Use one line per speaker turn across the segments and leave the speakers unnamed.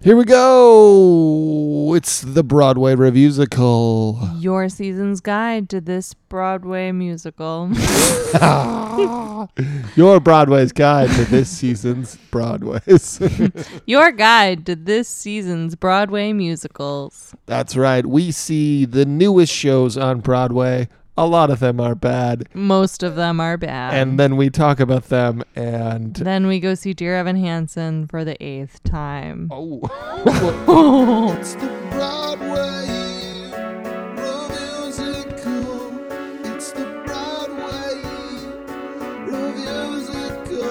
Here we go. It's the Broadway Revusical.
Your season's guide to this Broadway musical.
Your Broadway's guide to this season's Broadways.
Your guide to this season's Broadway musicals.
That's right. We see the newest shows on Broadway. A lot of them are bad.
Most of them are bad.
And then we talk about them and.
then we go see Dear Evan Hansen for the eighth time.
Oh. It's the Broadway Revusical. It's the Broadway Revusical.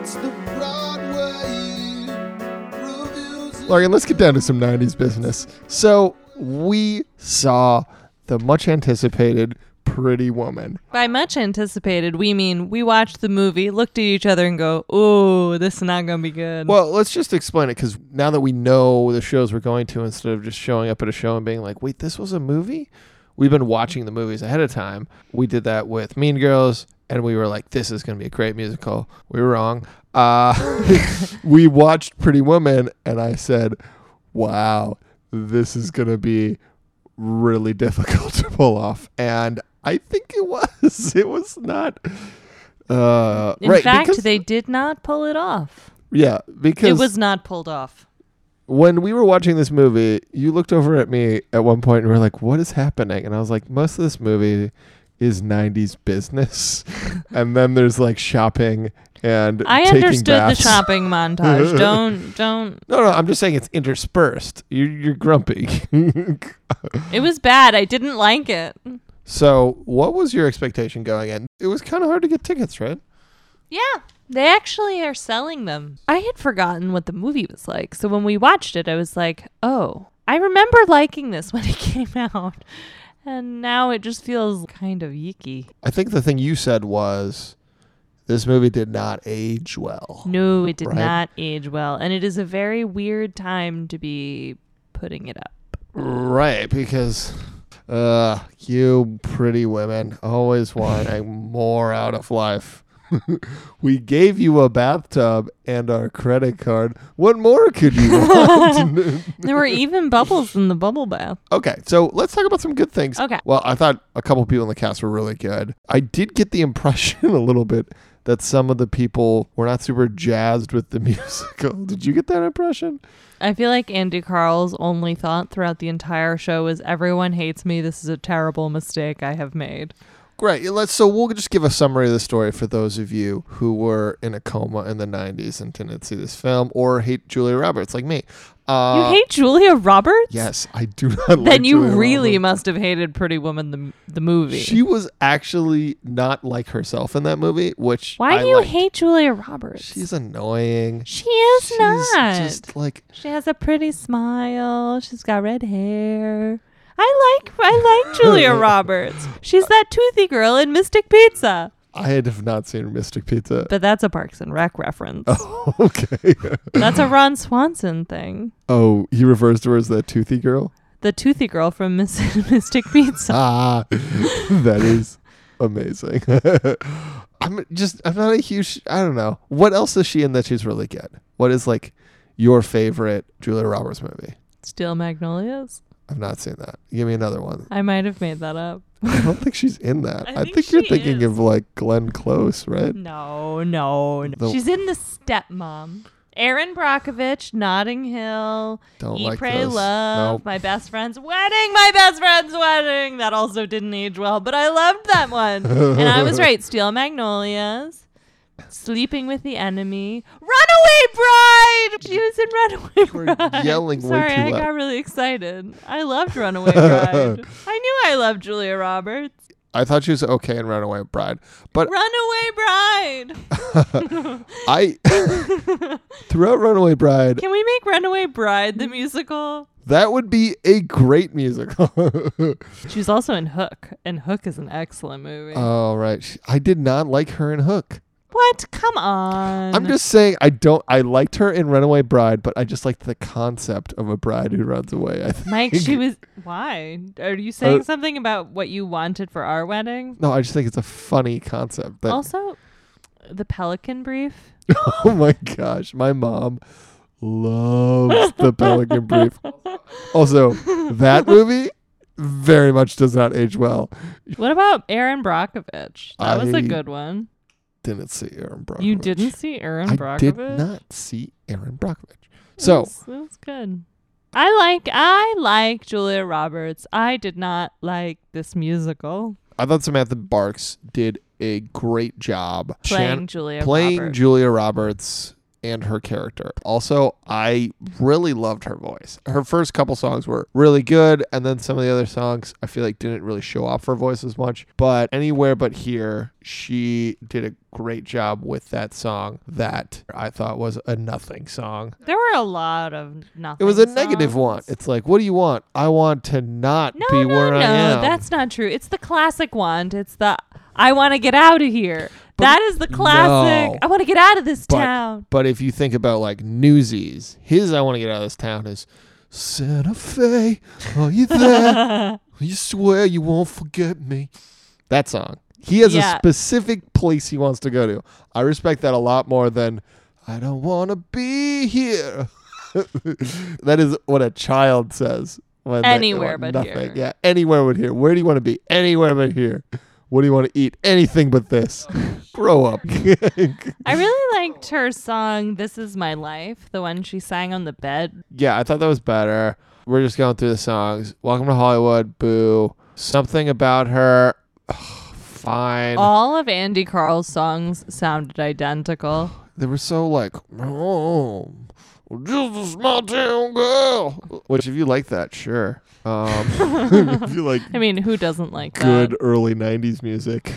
It's the Broadway Revusical. Lorian, let's get down to some 90s business. So, we saw the much anticipated Pretty Woman.
By much anticipated, we mean we watched the movie, looked at each other, and go, "Ooh, this is not gonna be good."
Well, let's just explain it because now that we know the shows we're going to, instead of just showing up at a show and being like, wait, this was a movie? We've been watching the movies ahead of time. We did that with Mean Girls, and we were like, this is going to be a great musical. We were wrong. Uh, we watched Pretty Woman, and I said, wow, this is going to be really difficult to pull off. And I think it was. It was not. Uh,
In
right,
fact,
because-
they did not pull it off.
yeah, because
It was not pulled off.
when we were watching this movie, you looked over at me at one point and were like, "What is happening?" And I was like, "Most of this movie is '90s business, and then there's like shopping and
I
taking
understood
baths.
the shopping montage. Don't don't.
No, no, I'm just saying it's interspersed. You're, you're grumpy.
It was bad. I didn't like it.
so, what was your expectation going in? It was kind of hard to get tickets, right?
Yeah, they actually are selling them. I had forgotten what the movie was like. So when we watched it, I was like, "Oh, I remember liking this when it came out." And now it just feels kind of yicky.
I think the thing you said was this movie did not age well.
No, it did
Right.
not age well. And it is a very weird time to be putting it up.
Right, because uh you pretty women always wanting more out of life. we gave you a bathtub and our credit card. What more could you want?
There were even bubbles in the bubble bath.
okay, so let's talk about some good things.
Okay.
Well, I thought a couple people in the cast were really good. I did get the impression a little bit that some of the people were not super jazzed with the musical. Did you get that impression?
I feel like Andy Carl's only thought throughout the entire show was everyone hates me. This is a terrible mistake I have made.
Great. Yeah, Let's. So we'll just give a summary of the story for those of you who were in a coma in the '90s and didn't see this film or hate Julia Roberts like me.
You
Uh,
hate Julia Roberts?
Yes, I do not. like
Then you
Julia
really
Roberts.
must have hated Pretty Woman the the movie.
She was actually not like herself in that movie, which
Why
I
do you
liked.
hate Julia Roberts?
She's annoying.
she is
She's
not.
just like
She has a pretty smile. She's got red hair. I like I like Julia Roberts. She's that toothy girl in Mystic Pizza.
I have not seen Mystic Pizza.
But that's a Parks and Rec reference.
Oh. okay.
That's a Ron Swanson thing.
oh, he refers to her as that toothy girl.
The toothy girl from Miss- Mystic Pizza.
ah, that is amazing. I'm just, I'm not a huge, I don't know. What else is she in that she's really good? What is like your favorite Julia Roberts movie?
Steel Magnolias.
I've not seen that. Give me another one.
I might have made that up.
I don't think she's in that. I,
I
think,
think
you're
she
thinking
is. Mm-hmm.
of like Glenn Close, right?
No, no, no.
The-
She's in the stepmom. Aaron Brockovich, Notting Hill,
Don't
Eat,
like
Pray,
those.
Love,
Nope.
My Best Friend's Wedding, My Best Friend's Wedding. That also didn't age well, but I loved that one. and I was right. Steel Magnolias, Sleeping with the Enemy, Runaway Bride. She was in
We're
Runaway Bride.
yelling way
Sorry,
too
I
loud.
got really excited. I loved Runaway Bride. I knew I loved Julia Roberts.
I thought she was okay in Runaway Bride, but
Runaway Bride.
I throughout Runaway Bride,
Can we make Runaway Bride the musical?
that would be a great musical.
She's also in Hook, and Hook is an excellent movie.
All right, She- I did not like her in Hook.
what? Come on.
I'm just saying I don't I liked her in Runaway Bride, but I just liked the concept of a bride who runs away. I think.
Mike, she was. Why? Are you saying
Uh,
something about what you wanted for our wedding?
No, I just think it's a funny concept. That,
Also, the Pelican Brief.
oh my gosh, my mom loves the Pelican Brief. Also, that movie very much does not age well.
What about Aaron Brockovich? That was
I-
a good one.
Didn't see Aaron Brockovich.
You didn't see Aaron
I
Brockovich?
did not see Aaron Brockovich. So
that's, that's good. I like I like Julia Roberts. I did not like this musical
I thought Samantha Barks did a great job
playing
Shan-
Julia
playing
Roberts.
Julia Roberts and her character. Also, I really loved her voice. Her first couple songs were really good, and then some of the other songs I feel like didn't really show off her voice as much. But anywhere but here, she did a great job with that song that I thought was a nothing song.
there were a lot of nothing.
It was a negative one.
songs.
It's like, what do you want? I want to not
no,
be
no,
where
no.
I am.
That's not true. It's the classic one. It's the I want to get out of here.
But-
that is the classic.
No.
I want to get out of this
But-
town.
But if you think about like Newsies, his I want to get out of this town is Santa Fe. Are you there? you swear you won't forget me. That song. He has a
Yeah.
specific place he wants to go to. I respect that a lot more than I don't want to be here. that is what a child says. When they
Anywhere
want
but here.
Yeah, anywhere but here. Where do you want to be? Anywhere but here. What do you want to eat? Anything but this.
Oh,
Grow up.
I really liked her song "This Is My Life," the one she sang on the bed.
Yeah, I thought that was better. We're just going through the songs. Welcome to Hollywood, boo. Something about her. Ugh, fine.
All of Andy Carl's songs sounded identical.
they were so like, oh, just a small town girl. Which, if you like that, sure. Um, if you like
I mean, who doesn't like
good
that?
early 90s music.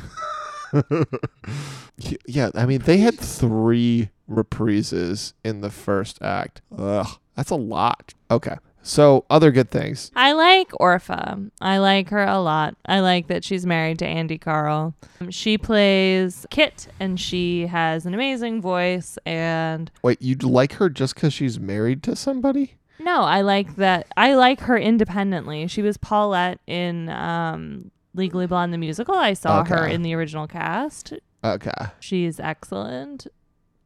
Y- yeah, I mean, they had three reprises in the first act. Ugh, that's a lot. Okay. So, other good things.
I like Orpha. I like her a lot. I like that she's married to Andy Carl. Um, She plays Kit, and she has an amazing voice. And
Wait, you like her just because she's married to somebody?
no, I like that. I like her independently. She was Paulette in um, Legally Blonde the musical. I saw her
Okay.
in the original cast.
Okay.
She's excellent.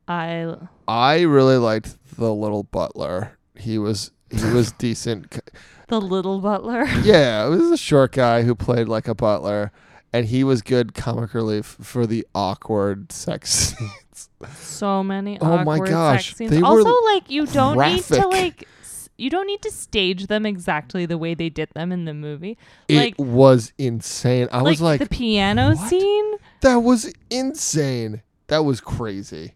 I
I really liked the little butler. He was he was decent. C-
the little butler.
Yeah, it was a short guy who played like a butler, and he was good comic relief for the awkward sex scenes.
So many
Oh my
awkward
gosh,
sex scenes.
they were
also, like you don't need
graphic.
to like s- you don't need to stage them exactly the way they did them in the movie.
It
Like-
was insane. I was like,
the piano
"What?"
scene.
that was insane. That was crazy.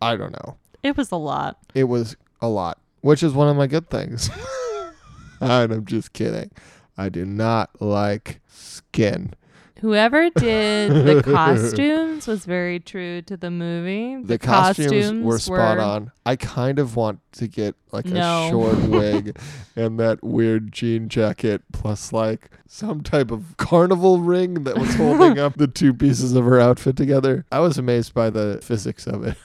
I don't know.
It was a lot.
It was a lot, which is one of my good things. and I'm just kidding. I do not like skin.
Whoever did the costumes was very true to the movie.
The costumes, were spot on. I kind of want to get like a
No.
short wig and that weird jean jacket plus like some type of carnival ring that was holding up the two pieces of her outfit together. I was amazed by the physics of it.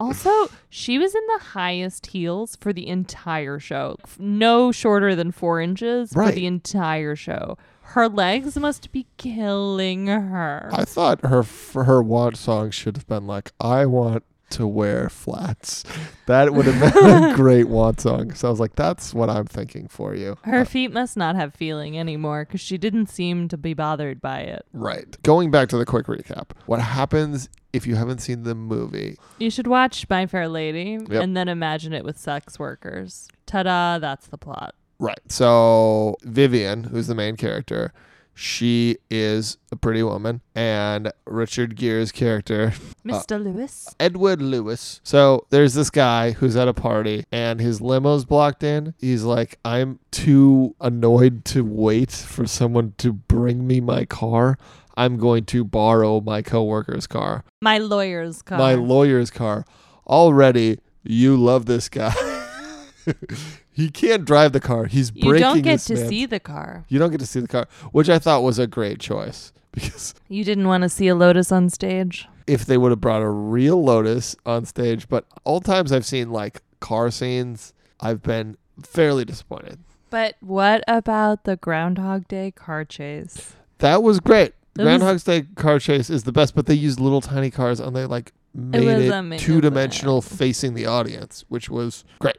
Also, she was in the highest heels for the entire show. F- No shorter than four inches for
Right.
the entire show. Her legs must be killing her.
I thought her her want song should have been like I want to wear flats. That would have been a great want song. So I was like that's what I'm thinking for you.
Her feet must not have feeling anymore because she didn't seem to be bothered by it.
Uh, Right. Going back to the quick recap. What happens if you haven't seen the movie?
You should watch My Fair Lady and then imagine it with sex workers. Ta da, that's the plot.
Right. So Vivian, who's the main character, she is a pretty woman, and Richard Gere's character,
Mr. Lewis?
Edward Lewis. So there's this guy who's at a party, and his limo's blocked in. He's like, "I'm too annoyed to wait for someone to bring me my car. I'm going to borrow my coworker's car,
My lawyer's car.
my lawyer's car." Already, you love this guy. he can't drive the car. He's breaking.
you don't get
this
to
man's
see the car.
you don't get to see the car, which I thought was a great choice because
You didn't want to see a Lotus on stage.
if they would have brought a real Lotus on stage, but all times I've seen like car scenes, I've been fairly disappointed.
But what about the Groundhog Day car chase?
That was great.
That was-
Groundhog's Day car chase is the best, but they used little tiny cars and they like made
was
it,
amazing.
two dimensional facing the audience, which was great.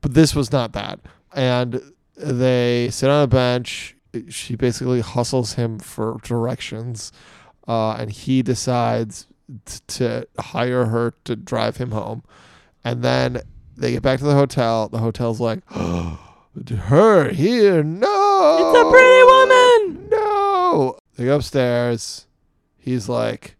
But this was not that. And they sit on a bench. She basically hustles him for directions, uh, and he decides t- to hire her to drive him home. And then they get back to the hotel. The hotel's like, her here, no.
It's a pretty woman!
No. They go upstairs. He's like,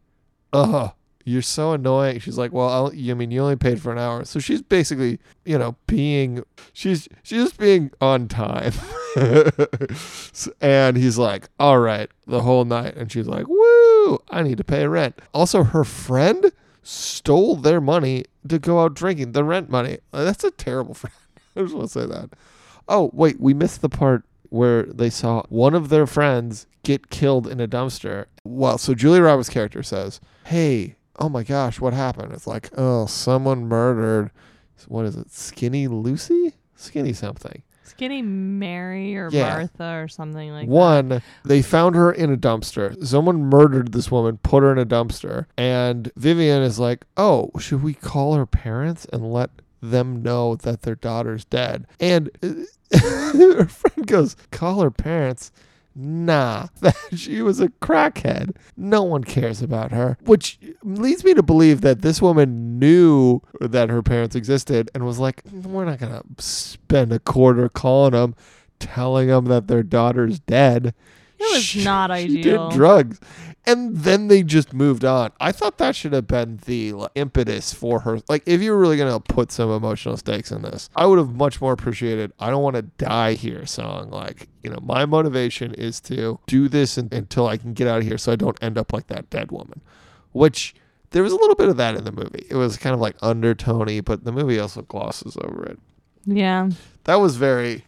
ugh, you're so annoying. She's like, well, I'll, you- I mean, you only paid for an hour. So she's basically, you know, being, she's, she's just being on time. S- and he's like, all right, the whole night. And she's like, woo, I need to pay rent. Also, her friend stole their money to go out drinking, the rent money. Uh, That's a terrible friend. I just want to say that. Oh, wait, we missed the part where they saw one of their friends get killed in a dumpster. Well, so Julia Roberts' character says, Hey, oh my gosh, what happened? It's like, oh, someone murdered, what is it, Skinny Lucy? Skinny something.
Skinny Mary or
Yeah.
Martha or something like
One, they found her in a dumpster. Someone murdered this woman, put her in a dumpster. And Vivian is like, oh, should we call her parents and let them know that their daughter's dead? And uh, her friend goes, call her parents. Nah, that she was a crackhead. No one cares about her, which leads me to believe that this woman knew that her parents existed and was like, "We're not gonna spend a quarter calling them, telling them that their daughter's dead."
It was
She-
not
She
ideal.
did drugs, and then they just moved on. I thought that should have been the like, impetus for her. Like, if you were really gonna put some emotional stakes in this, I would have much more appreciated. I don't want to die here. Song like, you know, my motivation is to do this un- until I can get out of here, so I don't end up like that dead woman which there was a little bit of that in the movie. It was kind of like undertony, but the movie also glosses over it.
that. Yeah.
That was very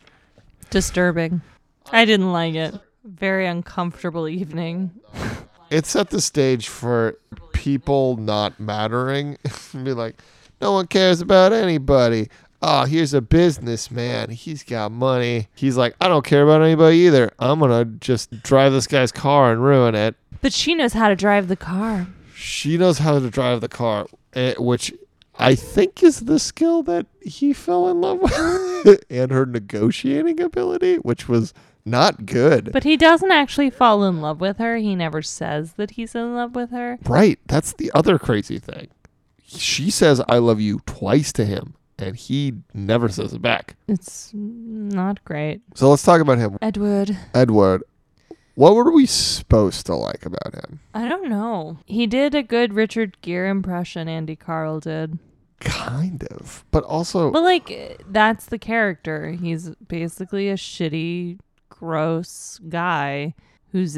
Disturbing. I didn't like it. Very uncomfortable evening.
it set the stage for people not mattering. Be like, no one cares about anybody. Oh, here's a businessman. He's got money. He's like, I don't care about anybody either. I'm gonna just drive this guy's car and ruin it.
But she knows how to drive the car.
She knows how to drive the car, eh, which I think is the skill that he fell in love with, and her negotiating ability, which was not good.
But he doesn't actually fall in love with her. He never says that he's in love with her.
right. That's the other crazy thing. She says, I love you twice to him, and he never says it back.
It's not great.
So let's talk about him.
Edward.
Edward, what were we supposed to like about him?
I don't know. He did a good Richard Gere impression, Andy Carl did.
Kind of, but also,
But, like, that's the character. He's basically a shitty, gross guy who's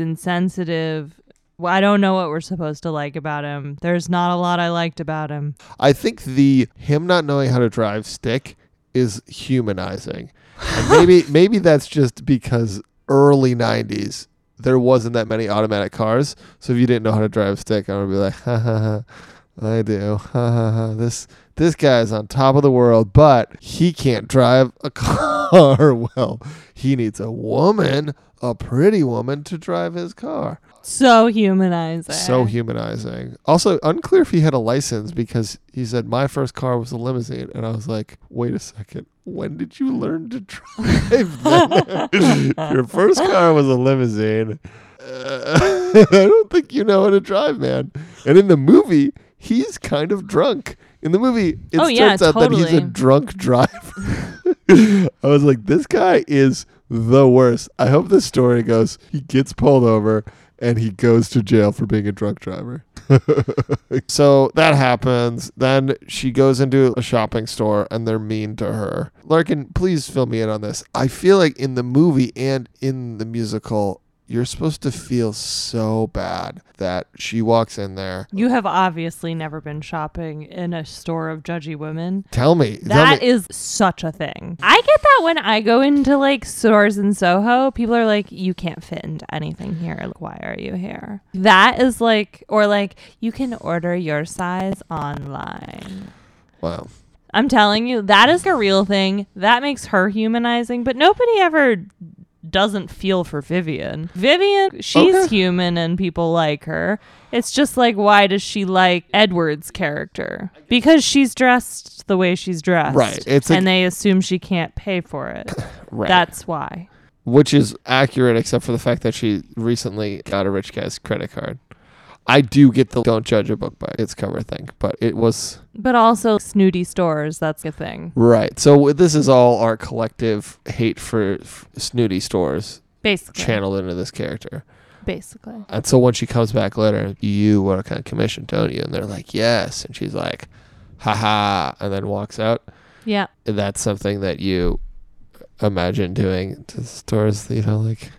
insensitive. Well, I don't know what we're supposed to like about him. There's not a lot I liked about him.
I think the him not knowing how to drive stick is humanizing. And maybe maybe that's just because early '90s there wasn't that many automatic cars, so if you didn't know how to drive a stick, I would be like, ha ha ha, I do, ha ha ha. This this guy's on top of the world, but he can't drive a car well. He needs a woman, a pretty woman, to drive his car.
So humanizing.
So humanizing. Also, unclear if he had a license because he said my first car was a limousine, and I was like, wait a second, when did you learn to drive? then? Your first car was a limousine. Uh, I don't think you know how to drive, man. And in the movie, he's kind of drunk. In the movie, it
Oh,
turns
yeah,
out that he's a
totally.
drunk driver. I was like, this guy is the worst. I hope the story goes he gets pulled over and he goes to jail for being a drunk driver. so that happens. Then she goes into a shopping store and they're mean to her. Larkin, please fill me in on this. I feel like in the movie and in the musical, you're supposed to feel so bad that she walks in there.
You have obviously never been shopping in a store of judgy women.
Tell me. tell
That
me.
is such a thing. I get that when I go into like stores in Soho, people are like, "You can't fit into anything here. Like, Why are you here?" That is like, or like, you can order your size online.
wow.
I'm telling you, that is a real thing. That makes her humanizing, but nobody ever doesn't feel for Vivian. Vivian, she's
Okay.
human and people like her. It's just like, why does she like Edward's character? Because she's dressed the way she's dressed.
Right. It's like-
and they assume she can't pay for it.
Right.
That's why.
Which is accurate, except for the fact that she recently got a rich guy's credit card. I do get the don't judge a book by its cover thing, but it was
But also, snooty stores, that's a thing.
right. So this is all our collective hate for f- snooty stores
Basically.
channeled into this character.
Basically.
And so when she comes back later, you want to kind of commission, don't you? And they're like, yes. And she's like, haha, and then walks out.
Yeah.
And that's something that you imagine doing to stores, you know, like,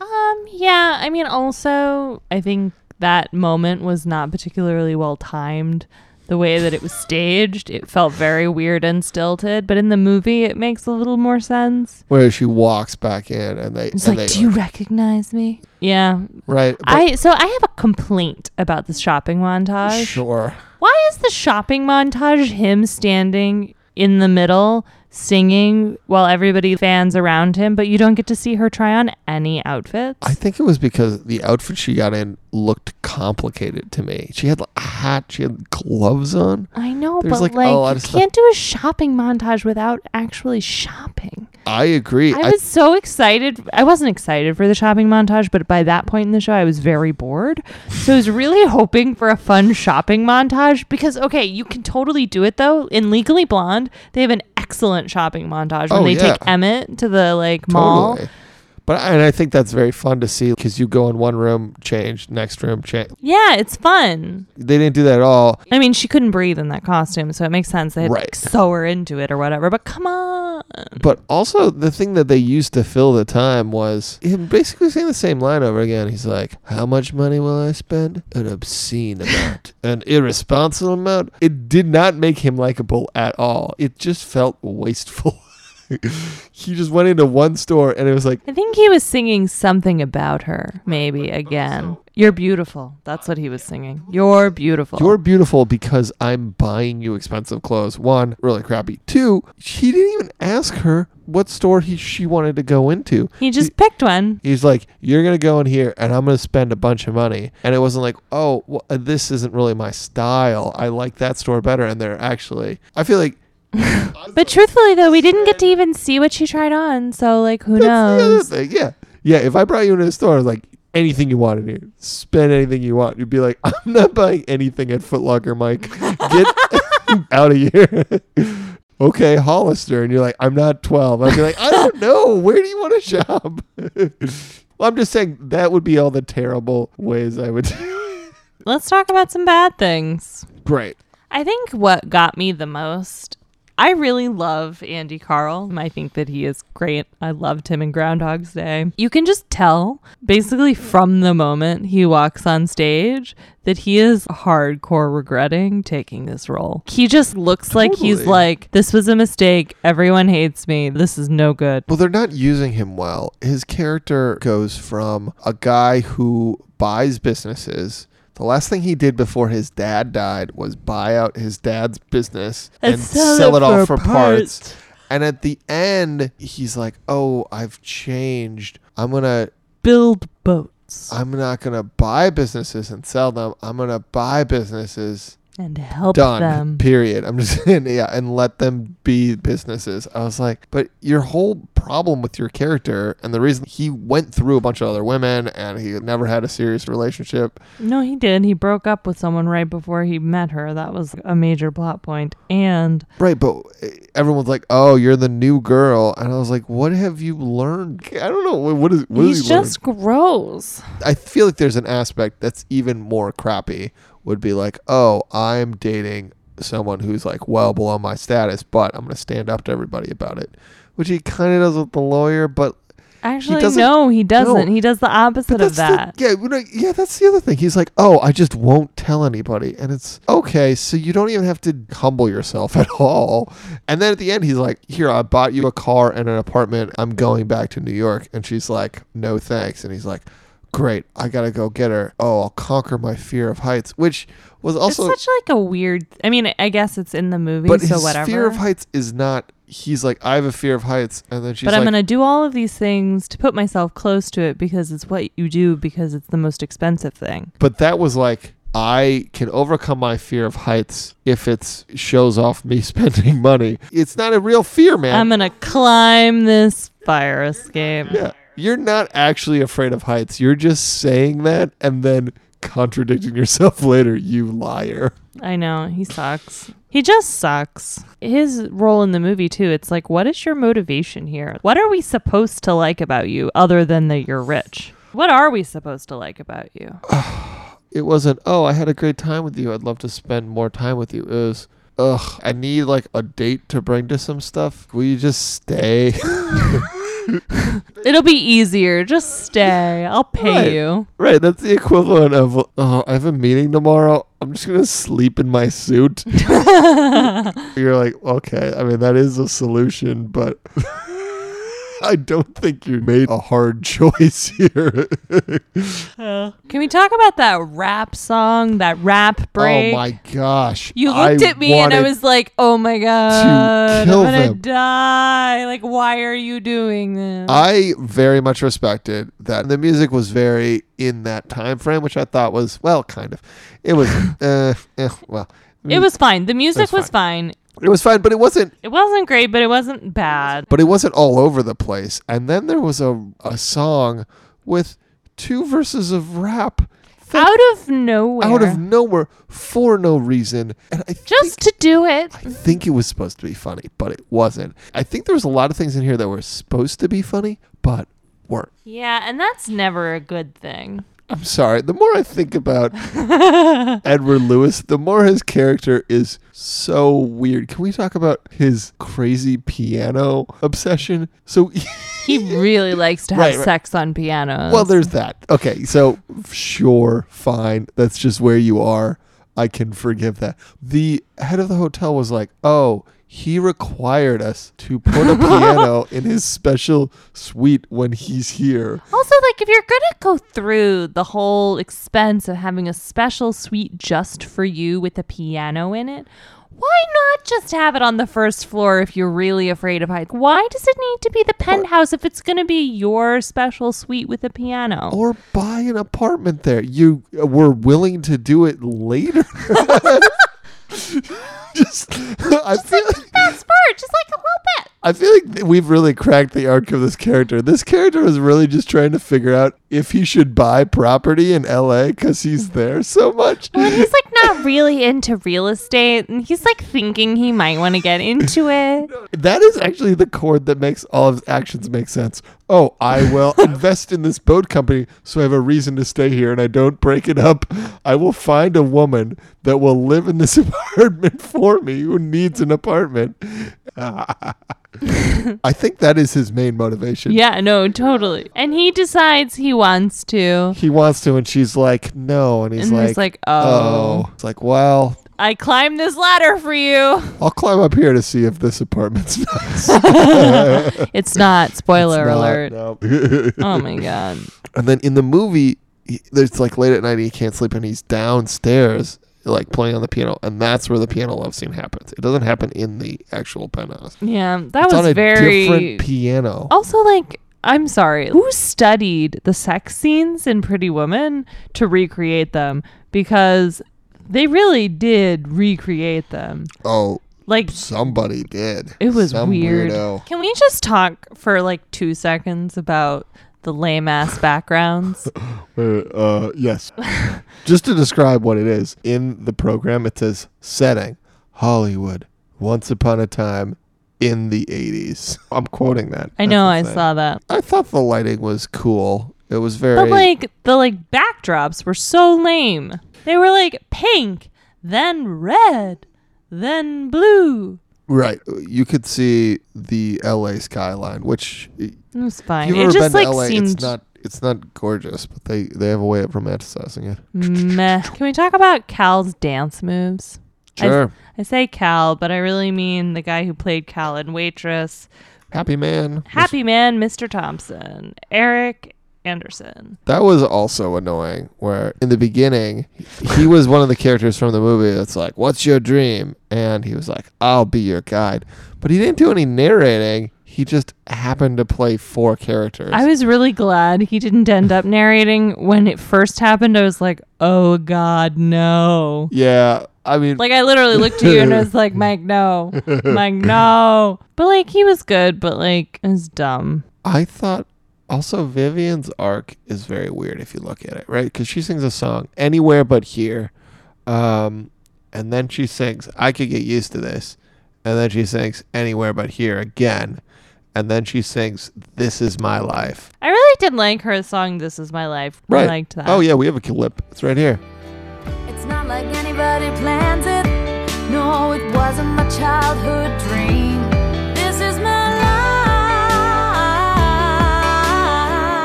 Um, yeah, I mean also I think that moment was not particularly well timed. The way that it was staged, it felt very weird and stilted, but in the movie it makes a little more sense.
where she walks back in and they,
It's
and
like,
they
"Do you recognize me?" Yeah.
right?
I so I have a complaint about the shopping montage.
sure.
Why is the shopping montage him standing in the middle singing while everybody fans around him, but you don't get to see her try on any outfits?
I think it was because the outfit she got in looked complicated to me. She had like, a hat, she had gloves on.
I know,
There's,
but
like,
like,
a lot
you
of stuff.
can't do a shopping montage without actually shopping.
I agree.
I was so excited. I wasn't excited for the shopping montage, but by that point in the show, I was very bored. So I was really hoping for a fun shopping montage because, okay, you can totally do it though. In Legally Blonde, they have an excellent shopping montage when
Oh,
they
yeah.
take Emmett to the like mall.
But I, and I think that's very fun to see because you go in one room, change, next room, change.
Yeah, it's fun.
They didn't do that at all.
I mean, she couldn't breathe in that costume, so it makes sense they had to, like,
Right.
sew her into it or whatever. But come on.
But also, the thing that they used to fill the time was him basically saying the same line over again. He's like, How much money will I spend? An obscene amount, an irresponsible amount. It did not make him likable at all. It just felt wasteful. he just went into one store and it was like,
I think he was singing something about her, maybe again. You're beautiful. That's what he was singing. You're beautiful.
You're beautiful because I'm buying you expensive clothes. One, really crappy. Two, he didn't even ask her what store he she wanted to go into.
he just picked one.
He's like, "You're gonna go in here, and I'm gonna spend a bunch of money." And it wasn't like, "Oh, well, uh, this isn't really my style. I like that store better." And they're actually, I feel like
But truthfully, though, we didn't get to even see what she tried on. So, like, who
that's the other
knows?
thing. Yeah, yeah. If I brought you into a store, I was like anything you want in here, spend anything you want. You'd be like, "I'm not buying anything at Foot Locker, Mike. Get out of here." okay, Hollister, and you're like, "I'm not 12." I'd be like, "I don't know. Where do you want to shop?" well, I'm just saying that would be all the terrible ways I would.
Let's talk about some bad things.
Great.
I think what got me the most, I really love Andy Carl. I think that he is great. I loved him in Groundhog's Day. You can just tell, basically, from the moment he walks on stage, that he is hardcore regretting taking this role. He just looks like he's
Totally.
like, this was a mistake. Everyone hates me. This is no good.
Well, they're not using him well. His character goes from a guy who buys businesses. The last thing he did before his dad died was buy out his dad's business and, sell, it, all for parts. And at the end, he's like, "Oh, I've changed. I'm going to
Build boats
I'm not going to buy businesses and sell them. I'm going to buy businesses
and help
done.
them.
Period. I'm just saying, yeah, and let them be businesses. I was like, but your whole problem with your character and the reason he went through a bunch of other women and he never had a serious relationship.
No, he did. He broke up with someone right before he met her. That was a major plot point. And
Right, but eh, everyone's like, "Oh, you're the new girl," and I was like, "What have you learned?" I don't know. What what is what
he's
has he learned?
just gross.
I feel like there's an aspect that's even more crappy would be like, oh, I'm dating someone who's like well below my status, but I'm gonna stand up to everybody about it, which he kind of does with the lawyer, but
Actually,
doesn't-
no, he doesn't.
no.
He does the opposite of
that's
that.
The, yeah, we don't- yeah, that's the other thing. He's like, oh, I just won't tell anybody, and it's okay. So you don't even have to humble yourself at all. And then at the end, he's like, here, I bought you a car and an apartment. I'm going back to New York, and she's like, no thanks, and he's like. great, I gotta go get her. Oh, I'll conquer my fear of heights, which was also.
it's such like a weird. I mean, I guess it's in the movie,
but
so
his
whatever.
fear of heights is not. He's like, I have a fear of heights, and then she's
but
like,
I'm gonna do all of these things to put myself close to it because it's what you do because it's the most expensive thing.
but that was like I can overcome my fear of heights if it shows off me spending money. It's not a real fear, man.
I'm gonna climb this fire escape.
yeah. You're not actually afraid of heights. You're just saying that and then contradicting yourself later, you liar.
I know he sucks. He just sucks. His role in the movie too. It's like, what is your motivation here? What are we supposed to like about you other than that you're rich? What are we supposed to like about you?
It wasn't, oh, I had a great time with you. I'd love to spend more time with you. It was, ugh, I need like a date to bring to some stuff. Will you just stay?
It'll be easier. Just stay. I'll pay
Right.
you.
right. That's the equivalent of, oh, I have a meeting tomorrow. I'm just going to sleep in my suit. You're like, okay, I mean, that is a solution, but I don't think you made a hard choice here. Oh
Can we talk about that rap song, that rap break?
Oh my gosh.
you looked at me and I
wanted-
was like, "Oh my god,
kill
I'm gonna
them.
die! Like, why are you doing this?"
I very much respected that the music was very in that time frame, which I thought was, well, kind of. It was, uh, eh, well,
it was fine. The music
That's
was fine.
it was fine, but it wasn't
It wasn't great, but it wasn't bad.
but it wasn't all over the place. And then there was a, a song with two verses of rap that
Out of nowhere,
out of nowhere for no reason. And I
just to do it.
I think it was supposed to be funny, but it wasn't. I think there was a lot of things in here that were supposed to be funny, but weren't.
Yeah, and that's never a good thing.
I'm sorry. The more I think about Edward Lewis, the more his character is so weird. Can we talk about his crazy piano obsession? So,
He really likes to have
Right, right.
sex on pianos.
well, there's that. Okay, so sure, fine. That's just where you are. I can forgive that. The head of the hotel was like, oh, he required us to put a piano in his special suite when he's here.
Also, like, if you're gonna go through the whole expense of having a special suite just for you with a piano in it, why not just have it on the first floor if you're really afraid of heights? Why does it need to be the penthouse if it's gonna be your special suite with a piano?
or buy an apartment there. You uh, were willing to do it later. just, I feel,
That's smart, just like a little bit.
I feel like th- we've really cracked the arc of this character. This character was really just trying to figure out if he should buy property in L.A. because he's there so much.
Well, and he's like not really into real estate, and he's like thinking he might want to get into it.
That is actually the chord that makes all of his actions make sense. Oh, I will invest in this boat company so I have a reason to stay here and I don't break it up. I will find a woman that will live in this apartment for me who needs an apartment. I think that is his main motivation.
Yeah, no, totally. And he decides he wants to.
He wants to, and she's like, no. And he's
And
like,
he's like, "Oh."
It's like, well,
I climbed this ladder for you.
I'll climb up here to see if this apartment's nice.
It's not. Spoiler
Not-
alert.
no.
Oh my god.
And then in the movie, he, it's like late at night, he can't sleep, and he's downstairs, like playing on the piano, and that's where the piano love scene happens. It doesn't happen in the actual penthouse.
Yeah, that
It's
was
on a
very. Oh.
different piano.
also, like, I'm sorry. Who studied the sex scenes in Pretty Woman to recreate them? Because they really did recreate them.
Oh,
Like,
somebody did.
it was
Some
weird.
Weirdo.
Can we just talk for like two seconds about the lame ass backgrounds?
Wait, Uh, yes. Just to describe what it is in the program, it says setting Hollywood. Once upon a time, in the '80s. I'm quoting that.
I
That's
know
the
I
thing.
saw that.
I thought the lighting was cool. It was very.
But like the like backdrops were so lame. They were like pink, then red, then blue.
Right. You could see the LA skyline, which if
It was fine.
you've ever
It just
been
like
to LA,
seemed
it's not it's not gorgeous, but they they have a way of romanticizing it.
meh. Can we talk about Cal's dance moves? I-
Sure.
I say Cal, but I really mean the guy who played Cal in Waitress.
Happy man.
Happy man, Mr. Thompson. Eric Anderson.
That was also annoying. Where in the beginning, he was one of the characters from the movie that's like, "What's your dream?" and he was like, "I'll be your guide," but he didn't do any narrating. He just happened to play four characters.
I was really glad he didn't end up narrating. When it first happened, I was like, oh God, no.
yeah, I mean,
Like I literally looked at you and I was like, Mike, no. Mike, no. But like he was good, but like it was dumb.
I thought also Vivian's arc is very weird if you look at it, right? Because she sings a song anywhere but here, um, and then she sings "I Could Get Used to This," and then she sings "Anywhere But Here" again, and then she sings "This Is My Life."
I really did like her song This Is My Life. I liked that.
Oh yeah, we have a clip. It's right here.
It's not like anybody plans it. No, it wasn't my childhood dream. This is my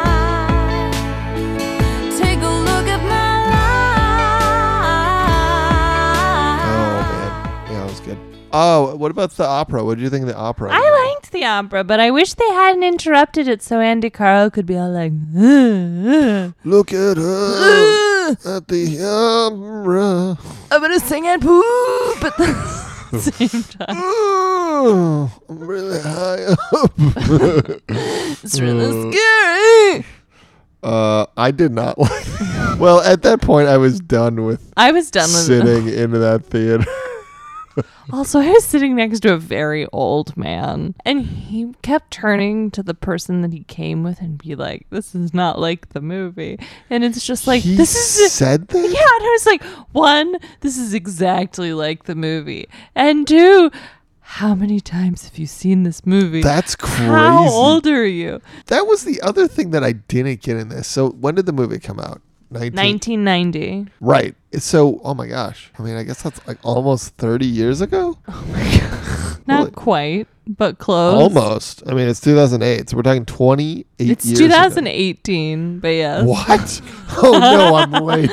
life. Take a look at my
Oh
life.
man, yeah, that was good. Oh, what about the opera? What did you think of the opera?
I liked the opera, but I wish they hadn't interrupted it so Andy Carl could be all like, "Uh, uh,
Look at her
uh,
at the opera.
I'm gonna sing and poop at the same time.
Oh, I'm really high up.
It's really scary.
Uh, I did not like. well, at that point, I was done with
I was done with it.
sitting into that theater.
Also, I was sitting next to a very old man, and he kept turning to the person that he came with and be like, "This is not like the movie," and it's just like,
he
"This is."
said that.
Yeah, and I was like, one, this is exactly like the movie. And two, how many times have you seen this movie?
That's crazy.
how old are you?
That was the other thing that I didn't get in this. So when did the movie come out? 19.
1990.
Right. It's so, oh my gosh. I mean, I guess that's like almost 30 years ago.
Not
Really?
quite, but close.
Almost. I mean, it's 2008. So we're talking 28
It's
years ago.
2018, but yes.
What? Oh no, I'm late.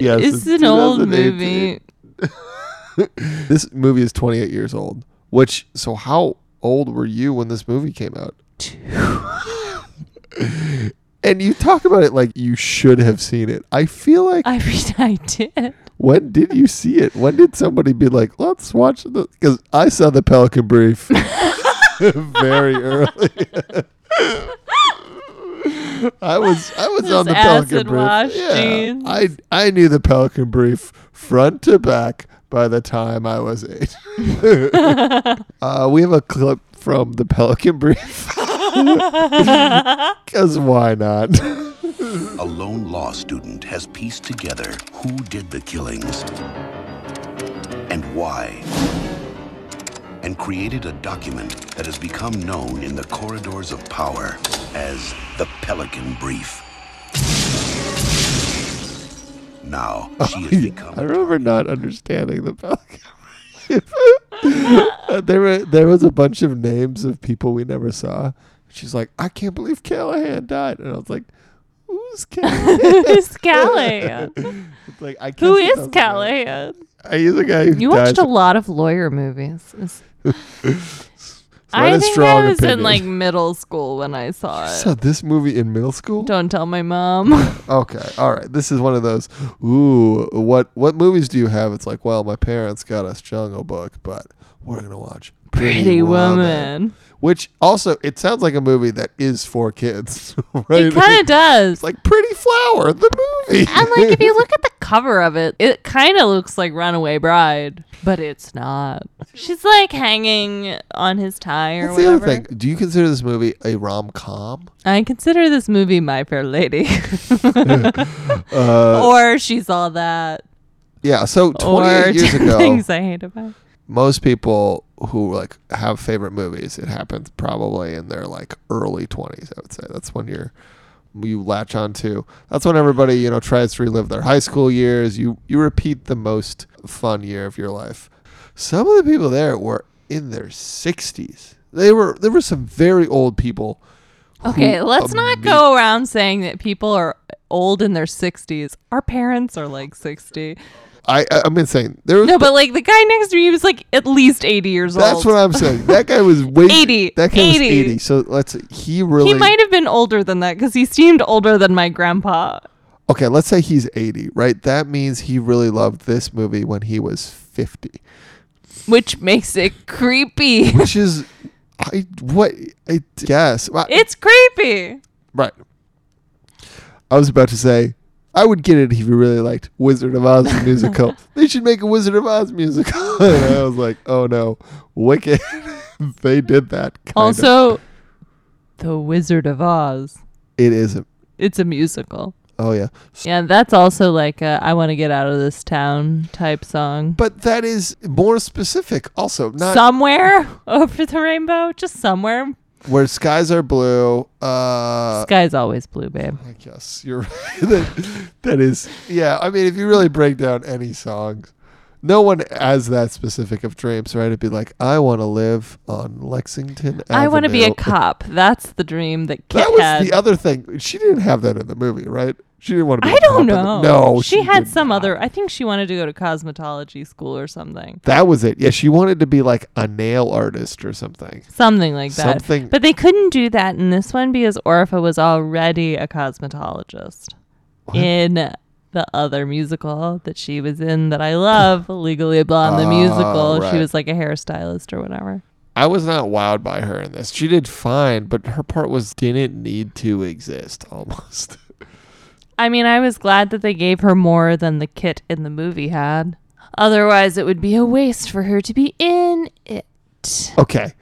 Yes,
It's an old
2018.
movie.
This movie is 28 years old. Which, so how old were you when this movie came out? and you talk about it like you should have seen it. I feel like
I mean, I did.
when did you see it? When did somebody be like, let's watch the? Because I saw the Pelican Brief very early. I was I was on the Pelican
acid
Brief.
wash
yeah,
jeans.
I I knew the Pelican Brief front to back by the time I was eight. uh, we have a clip from the Pelican Brief. Because why not?
A lone law student has pieced together who did the killings and why, and created a document that has become known in the corridors of power as the Pelican Brief. Now, she has become.
I remember not understanding the Falcon. Uh, there were there was a bunch of names of people we never saw. She's like, I can't believe Callahan died, and I was like, Who's Callahan?
Who's Callahan?
It's like, I
Who
guess it
is
doesn't matter.
Callahan?
Uh, He's a guy who
You
dies.
watched a lot of lawyer movies. It's-
not
I
a
think
strong
I was
opinion.
in like middle school when I saw it.
saw this movie in middle school.
Don't tell my mom.
Okay, all right. This is one of those. Ooh, what what movies do you have? It's like, well, my parents got us Jungle Book, but we're gonna watch
Pretty Woman.
Which also, it sounds like a movie that is for kids, right?
It kind of does.
it's like Pretty Flower, the movie.
and like if you look at the cover of it, it kind of looks like Runaway Bride, but it's not. She's like hanging on his tie or
That's the
whatever.
other thing. Do you consider this movie a rom com?
I consider this movie My Fair Lady. or she's all that.
Yeah. So
Or
28 years ago,
things I hate about. it.
most people who like have favorite movies, it happens probably in their like early 20s. I would say that's when you're you latch on to. That's when everybody you know tries to relive their high school years. You you repeat the most fun year of your life. Some of the people there were in their 60s. They were there were some very old people. who
Okay, let's not
imme-
go around saying that people are old in their 60s. Our parents are like 60.
I, I I'm insane. There was
No, but like the guy next to me was like at least 80 years old.
that's what I'm saying. That guy was way
80,
That guy was
80.
eighty. So let's he really
He might have been older than that because he seemed older than my grandpa.
okay. Let's say he's eighty, right? That means he really loved this movie when he was fifty,
which makes it creepy.
which is I what I guess Well,
it's creepy.
right. I was about to say. I would get it if you really liked Wizard of Oz the musical. they should make a Wizard of Oz musical. and I was like, oh no, wicked. they did that. kinda.
Also, The Wizard of Oz.
it is. A,
It's a musical.
oh yeah.
Yeah, that's also like a I want to get out of this town type song.
But that is more specific. Also, not
somewhere over the rainbow, just somewhere.
where skies are blue. Uh,
Sky's always blue, babe.
I guess you're right. that, that is, yeah. I mean, if you really break down any songs, no one has that specific of dreams, right? It'd be like, I want to live on Lexington.
I want to be a
Avenue.
cop. That's the dream that Kit
That was
had.
the other thing. She didn't have that in the movie, right? She didn't want to be.
I
a
don't
cop in the-
know.
no,
she, had
did
some
not.
other. I think she wanted to go to cosmetology school or something.
That was it. Yeah, she wanted to be like a nail artist or something.
Something like that.
Something-
But they couldn't do that in this one because Orpha was already a cosmetologist in the other musical that she was in that I love, Legally Blonde, the
Ah,
musical. She
right.
was like a hairstylist or whatever.
I was not wowed by her in this. She did fine, but her part was didn't need to exist almost.
I mean, I was glad that they gave her more than the kit in the movie had. Otherwise, it would be a waste for her to be in it.
okay.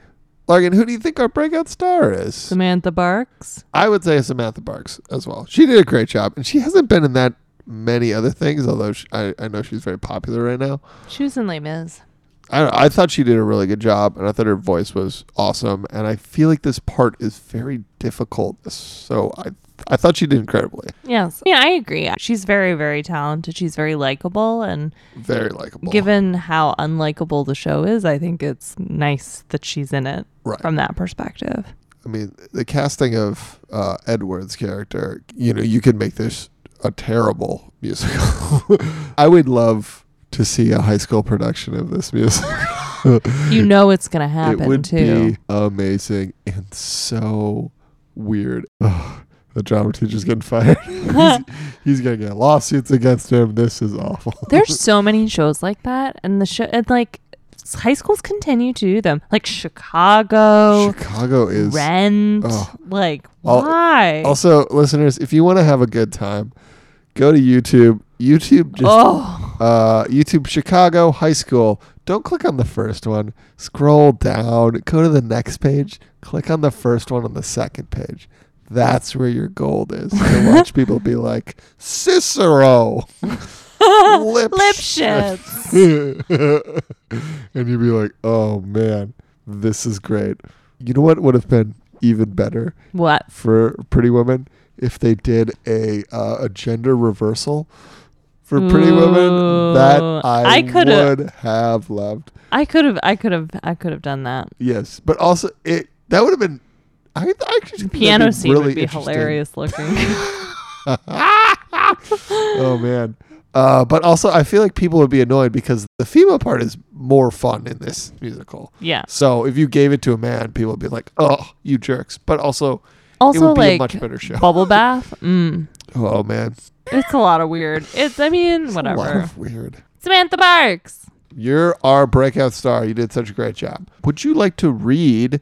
Larkin, who do you think our breakout star is?
Samantha Barks.
I would say Samantha Barks as well. She did a great job, and she hasn't been in that many other things, although she, I, I know she's very popular right now.
She was in Les Mis.
I, don't know, I thought she did a really good job, and I thought her voice was awesome, and I feel like this part is very difficult, so I, I thought she did incredibly.
Yes. Yeah, I agree. She's very, very talented. She's very likable. And
Very likable.
given how unlikable the show is, I think it's nice that she's in it
Right.
from that perspective.
I mean, the casting of uh, Edward's character, you know, you could make this a terrible musical. I would love to see a high school production of this musical.
You know it's going
it
to happen,
would
too.
be amazing and so weird. Ugh, the drama teacher's getting fired. he's, he's gonna get lawsuits against him. This is awful.
There's so many shows like that, and the show, and like s- high schools continue to do them, like Chicago,
Chicago is
Rent.
Ugh.
Like
Al-
why?
also listeners. If you want to have a good time, go to YouTube. YouTube just
oh,
uh, YouTube Chicago High School. Don't click on the first one. Scroll down, go to the next page, click on the first one on the second page. That's where your gold is. To watch people be like, Cicero!
Lipschitz.
and you'd be like, oh man, this is great. You know what would have been even better
What?
for Pretty Woman if they did a uh, a gender reversal for Pretty Woman? That
Ooh.
I,
I coulda-
would have loved.
I could have, I could have, I could have done that.
Yes, but also it that would have been. I, I actually think that'd
Piano
be
scene
really
would be
interesting.
hilarious looking.
Oh man. Uh, but also, I feel like people would be annoyed because the female part is more fun in this musical.
yeah.
So if you gave it to a man, people would be like, "Oh, you jerks!" But also, it
Also,
would be
like
a much better show.
bubble bath. Mm.
Oh man,
It's a lot of weird. It's. I mean,
a lot
whatever.
of weird.
Samantha Barks.
You're our breakout star. You did such a great job. Would you like to read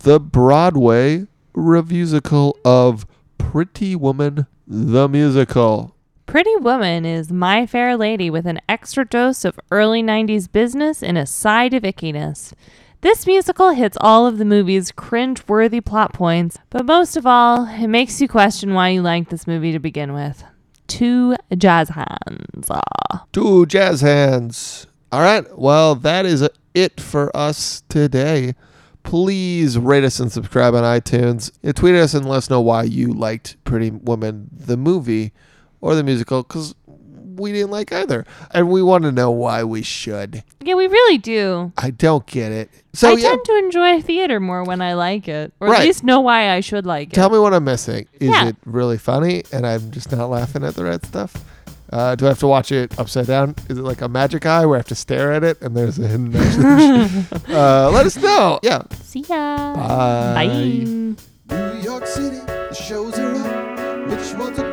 the Broadway revusical of Pretty Woman the Musical?
Pretty Woman is My Fair Lady with an extra dose of early 90s business and a side of ickiness. This musical hits all of the movie's cringe worthy plot points, but most of all, it makes you question why you liked this movie to begin with. Two jazz hands. Ah.
Two jazz hands. All right. Well, that is it for us today. Please rate us and subscribe on iTunes. And tweet us and let us know why you liked Pretty Woman the movie or the musical because we didn't like either. And we want to know why we should.
Yeah, we really do.
I don't get it. So,
I
yeah.
tend to enjoy theater more when I like it, or
Right.
at least know why I should like it.
Tell me what I'm missing. Is
Yeah.
it really funny and I'm just not laughing at the right stuff? Uh, do I have to watch it upside down? Is it like a magic eye where I have to stare at it and there's a hidden message? uh, let us know. Yeah.
See ya.
Bye.
Bye.
New York City, the shows are up. Which one's a